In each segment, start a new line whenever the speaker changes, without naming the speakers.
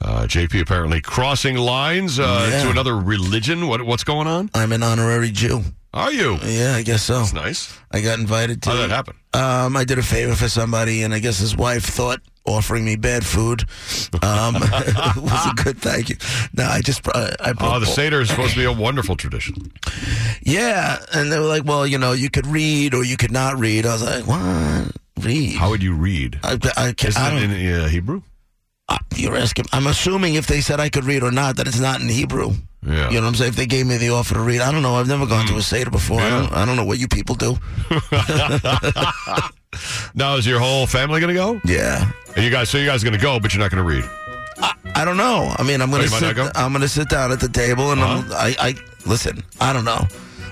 Uh, JP apparently crossing lines uh,
Yeah.
to another religion. What what's going on?
I'm an honorary Jew.
Are you?
Yeah, I guess so.
That's nice.
I got invited to.
How did that happen?
Um, I did a favor for somebody, and I guess his wife thought offering me bad food um, was a good thank you. No, I just uh, I
Oh,
brought
the
ball-
Seder is supposed to be a wonderful tradition.
Yeah, and they were like, "Well, you know, you could read or you could not read." I was like, "What? Read?"
How would you read?
I, I, can,
Isn't
I
it
don't,
in uh, Hebrew?
I- you're asking. I'm assuming if they said I could read or not, that it's not in Hebrew.
Yeah.
You know what I'm saying? If they gave me the offer to read, I don't know. I've never gone to
Hmm.
a seder before. I, don't, I don't know what you people do.
Now is your whole family going to go?
Yeah,
And you guys, so you guys are going to go, but you're not going to read.
I don't know. I mean, I'm gonna
Oh, you might
sit,
not go? Uh-huh.
I'm gonna sit down at the table and I'm, I I listen. I don't know.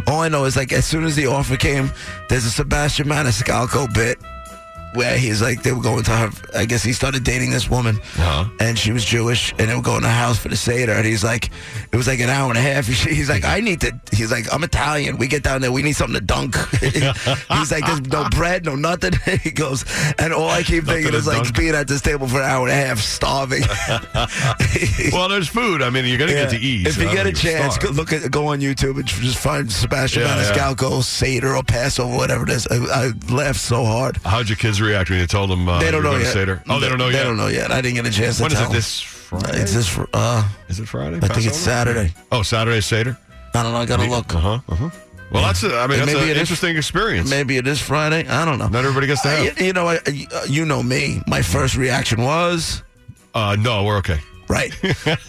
All I know is like as soon as the offer came, there's a Sebastian Maniscalco bit where he's like they were going to her. I guess he started dating this woman,
Uh-huh.
and she was Jewish, and they were going to her house for the seder. And he's like, it was like an hour and a half. He's like, I need to. He's like, I'm Italian. We get down there, we need something to dunk. he's like, there's no bread, no nothing. he goes, and all I keep
Nothing
thinking
to
is like
dunk.
being at this table for an hour and a half, starving.
Well, there's food. I mean, you're going to
Yeah.
get to eat.
If
E, so
you
I
get
don't
a
think you're
chance, go,
starved.
look at go on YouTube and just find Sebastian
Yeah, yeah.
Maniscalco, Seder, or Passover, whatever it is. I, I laughed so hard.
How'd your kids react when you told them uh,
They don't
you were
know
going to
yet.
Seder? Oh, they don't know
They
yet.
don't know yet. I didn't get a chance
When
to
is
tell.
it? This Friday?
It's this. fr- Uh,
Is it Friday?
I think it's
Passover?
Saturday.
Oh, Saturday Seder.
I don't know. I gotta look.
Uh huh. Uh huh. Well, that's a, I mean,
And
that's
maybe
an
it is-
interesting experience.
Maybe it is Friday. I don't know.
Not everybody gets to
Uh,
have.
you, you know, I, uh, you know me. My first reaction was
Uh, no, we're okay.
right,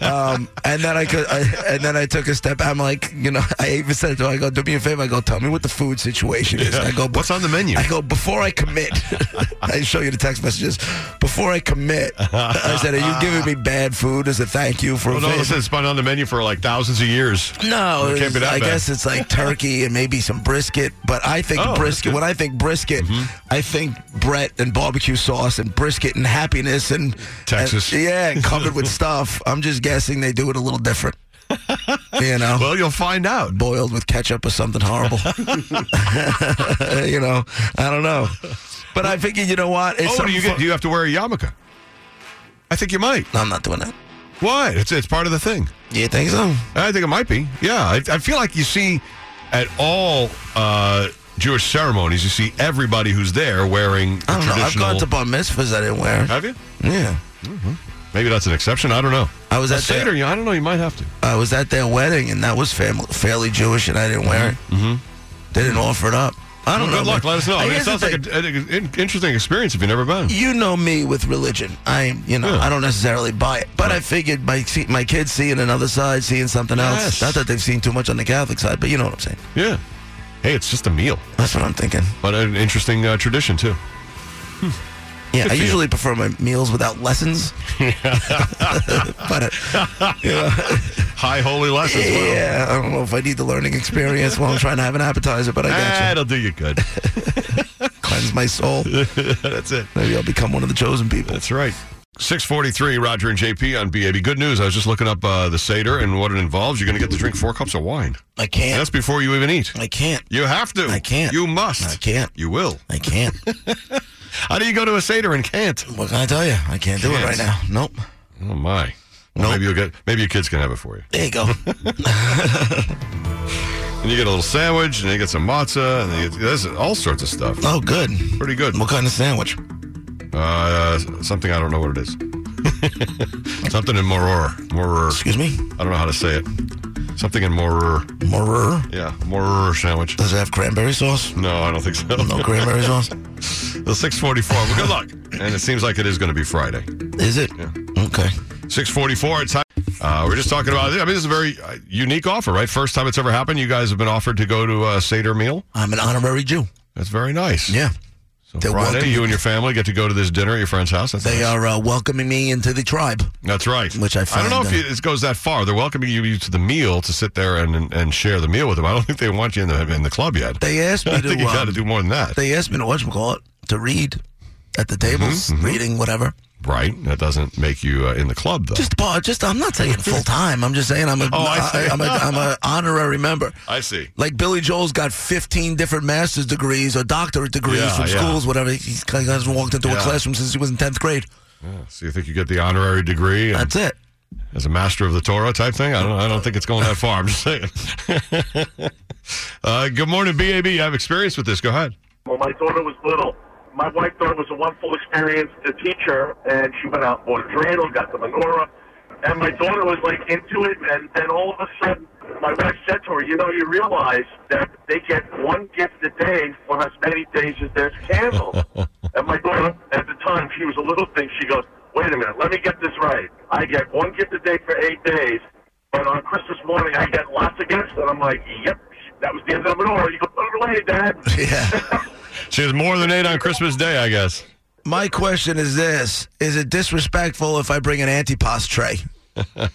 um, and then I could, I, and then I took a step. I'm like, you know, I even said to her, I go, do me a favor. I go, tell me what the food situation is. I go,
What's on the menu?
I go, before I commit, I show you the text messages. Before I commit, I said, Are you giving me bad food as a thank you for
Well,
a
Oh, no,
favor?"
listen, it's been on the menu for like thousands of years.
No,
It can't be that
I
bad.
guess it's like turkey and maybe some brisket. But I think
Oh, that's
brisket.
good. Mm-hmm.
When I think brisket, I think Brett and barbecue sauce and brisket and happiness and
Texas.
and- yeah, and covered with stuff. I'm just guessing they do it a little different. You know,
Well, you'll find out.
boiled with ketchup or something horrible. you know, I don't know. But I figured, you know what? It's
oh, do
something
you get?
fun-
Do you have to wear a yarmulke? I think you might.
No, I'm not doing that.
Why? It's it's part of the thing.
You think so?
I think it might be. Yeah, I, I feel like you see at all uh, Jewish ceremonies, you see everybody who's there wearing the
I don't know. I've
traditional.
gone to bar mitzvahs I didn't wear.
have you?
Yeah.
Maybe that's an exception. I don't know.
I was
A
at their-
seder. yeah, I don't know. You might have to.
I was at their wedding, and that was fam- fairly Jewish, and I didn't wear it. Mm-hmm. They didn't offer it up. I don't
Well,
know.
good luck.
man.
Let us know. I mean, it
Here's the
sounds like
thing.
an an interesting experience if you've never been.
you know me with religion. I, you know,
Yeah.
I don't necessarily buy it, but I figured my see, my kids seeing another side, seeing something
Yes.
else. Not that they've seen too much on the Catholic side, but you know what I'm saying.
Yeah. Hey, it's just a meal,
That's what I'm thinking.
but an interesting uh, tradition too. Good
Yeah, I
for you.
usually prefer my meals without lessons. but uh,
High holy lessons. Well,
yeah, I don't know if I need the learning experience while I'm trying to have an appetizer, but I got
That'll do you good.
you. Cleanse my soul.
That's it.
Maybe I'll become one of the chosen people.
That's right. 643, Roger and JP on BAB. Good news. I was just looking up uh, the Seder and what it involves. You're going to get to drink four cups of wine.
I can't.
That's before you even eat.
I can't.
You have to.
I can't.
You must.
I can't.
You will.
I can't.
How do you go to a Seder and can't?
what can I tell you? I can't do it right
Can't.
now. Nope.
Oh, my. Well,
Nope.
Maybe you'll get. Maybe your kids can have it for you.
There you go.
And you get a little sandwich, and you get some matzah, and you get, there's all sorts of stuff.
oh, good.
Pretty good.
What kind of sandwich?
Uh, something I don't know what it is. something in moror. Moror.
Excuse me?
I don't know how to say it. Something in moror.
Morur?
Yeah, moror sandwich.
Does it have cranberry sauce? Oh,
No, I don't think so.
No cranberry sauce?
The 644. Well, good luck. And it seems like it is going to be Friday.
Is it? Okay.
644. It's time. Uh, we we're just talking about it. I mean, this is a very uh, unique offer, right? First time it's ever happened. You guys have been offered to go to a Seder meal.
I'm an honorary Jew.
That's very nice.
Yeah.
So
They're
Friday,
welcome-
you and your family get to go to this dinner at your friend's house. That's
They
nice.
are uh, welcoming me into the tribe.
That's right.
Which I
I don't know
find,
if
uh,
you, it goes that far. They're welcoming you to the meal to sit there and, and, and share the meal with them. I don't think they want you in the in the club yet.
They asked me
I
to.
think you
um,
got to do more than that.
They asked me to whatchamacallit, to read at the
Mm-hmm,
tables, reading whatever.
right. That doesn't make you uh, in the club though.
Just part. Just I'm not saying full time. I'm just saying I'm a
Oh, I see.
am a I'm a honorary member.
I see.
Like Billy Joel's got 15 different master's degrees or doctorate degrees
Yeah,
from
yeah.
schools, whatever. He's kind of hasn't walked into
Yeah.
a classroom since he was in 10th grade.
So you think you get the honorary degree and
That's it.
as a master of the Torah type thing? I don't. I don't think it's going that far. I'm just saying. uh, good morning, Bab. I have experience with this. Go ahead.
When my daughter was little, my wife thought it was a wonderful experience to teach her, and she went out and bought a dreidel, got the menorah, and my daughter was like into it, and then all of a sudden, my wife said to her, "You know, you realize that they get one gift a day for as many days as there's candles." and my daughter, at the time, she was a little thing. She goes, "Wait a minute, let me get this right. I get one gift a day for eight days, but on Christmas morning, I get lots of gifts." And I'm like, "Yep." That was the end of the menorah. You go, put it away, Dad.
Yeah.
She has more than eight on Christmas Day, I guess.
My question is this: Is it disrespectful if I bring an antipas tray?
Uh,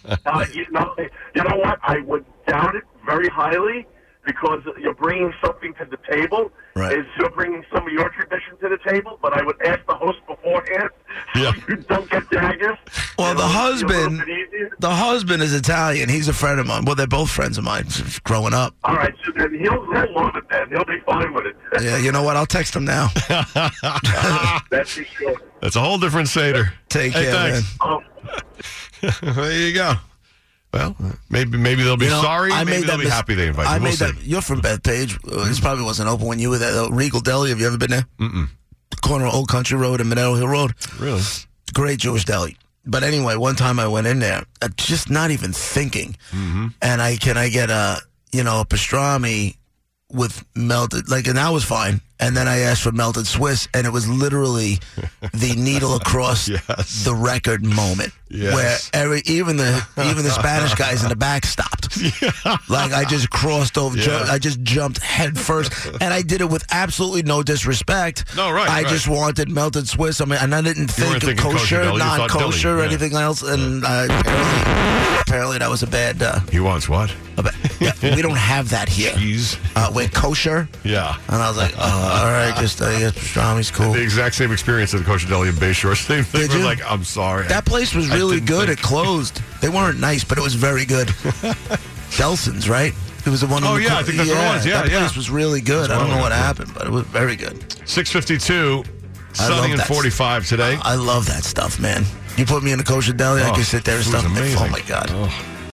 you, know, you know what? I would doubt it very highly because you're bringing something to the table.
Right.
Is you're bringing some of your tradition to the table, but I would ask the host beforehand so
Yeah.
you don't get daggers.
Well,
It
the
would be a little
husband,
bit easier.
the husband is Italian. He's a friend of mine. Well, they're both friends of mine growing up.
All right, so then he'll, he'll love it then. He'll be fine with it.
Yeah, you know what? I'll text him now.
That's for sure.
That's a whole different seder.
Take
Hey,
care,
thanks.
man.
Um,
there you go. Well, maybe maybe they'll be
You know,
sorry. maybe they'll be
mis-
happy they invited.
I
you. We'll
made
see.
that. You're from Bethpage. Uh, This probably wasn't open when you were there. though. Regal Deli. Have you ever been there? Mm-mm. Corner of Old Country Road and Monero Hill Road.
Really?
Great Jewish deli. But anyway, one time I went in there, uh, just not even thinking, and I can I get a you know a pastrami with melted like and that was fine. And then I asked for melted Swiss, and it was literally the needle across
Yes.
the record moment
Yes.
where every even the even the Spanish guys in the back stopped. Like I just crossed over, ju-
Yeah.
I just jumped head first, and I did it with absolutely no disrespect.
No, right,
I
right.
just wanted melted Swiss. I mean, and I didn't
You weren't
think of
thinking kosher
kosher,
deli, you thought
non kosher,
deli, yeah.
anything else. And uh, apparently, apparently that was a bad. Uh,
He wants what?
a bad yeah, we don't have that here.
Cheese.
Uh, we're kosher.
Yeah.
And I was like, oh, all right, just uh, yeah, pastrami's cool.
The exact same experience at the Kosher Deli in Bayshore. Same thing.
Did
We're
you?
like, I'm sorry.
That place was really
didn't
good.
think-
It closed. They weren't nice, but it was very good. Delson's, right? It was the one. on
Oh,
the
yeah,
cor-
I think that's what it was. Yeah,
that
yeah.
place was really good. I don't
one
know what
of them, yeah.
happened, but it was very good.
652,
I love
sunny and
that.
45 today.
I love that stuff, man. You put me in a kosher deli, I
Oh,
can sit there and
food's
stuff. and think, Oh
amazing.
my god.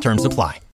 Terms apply.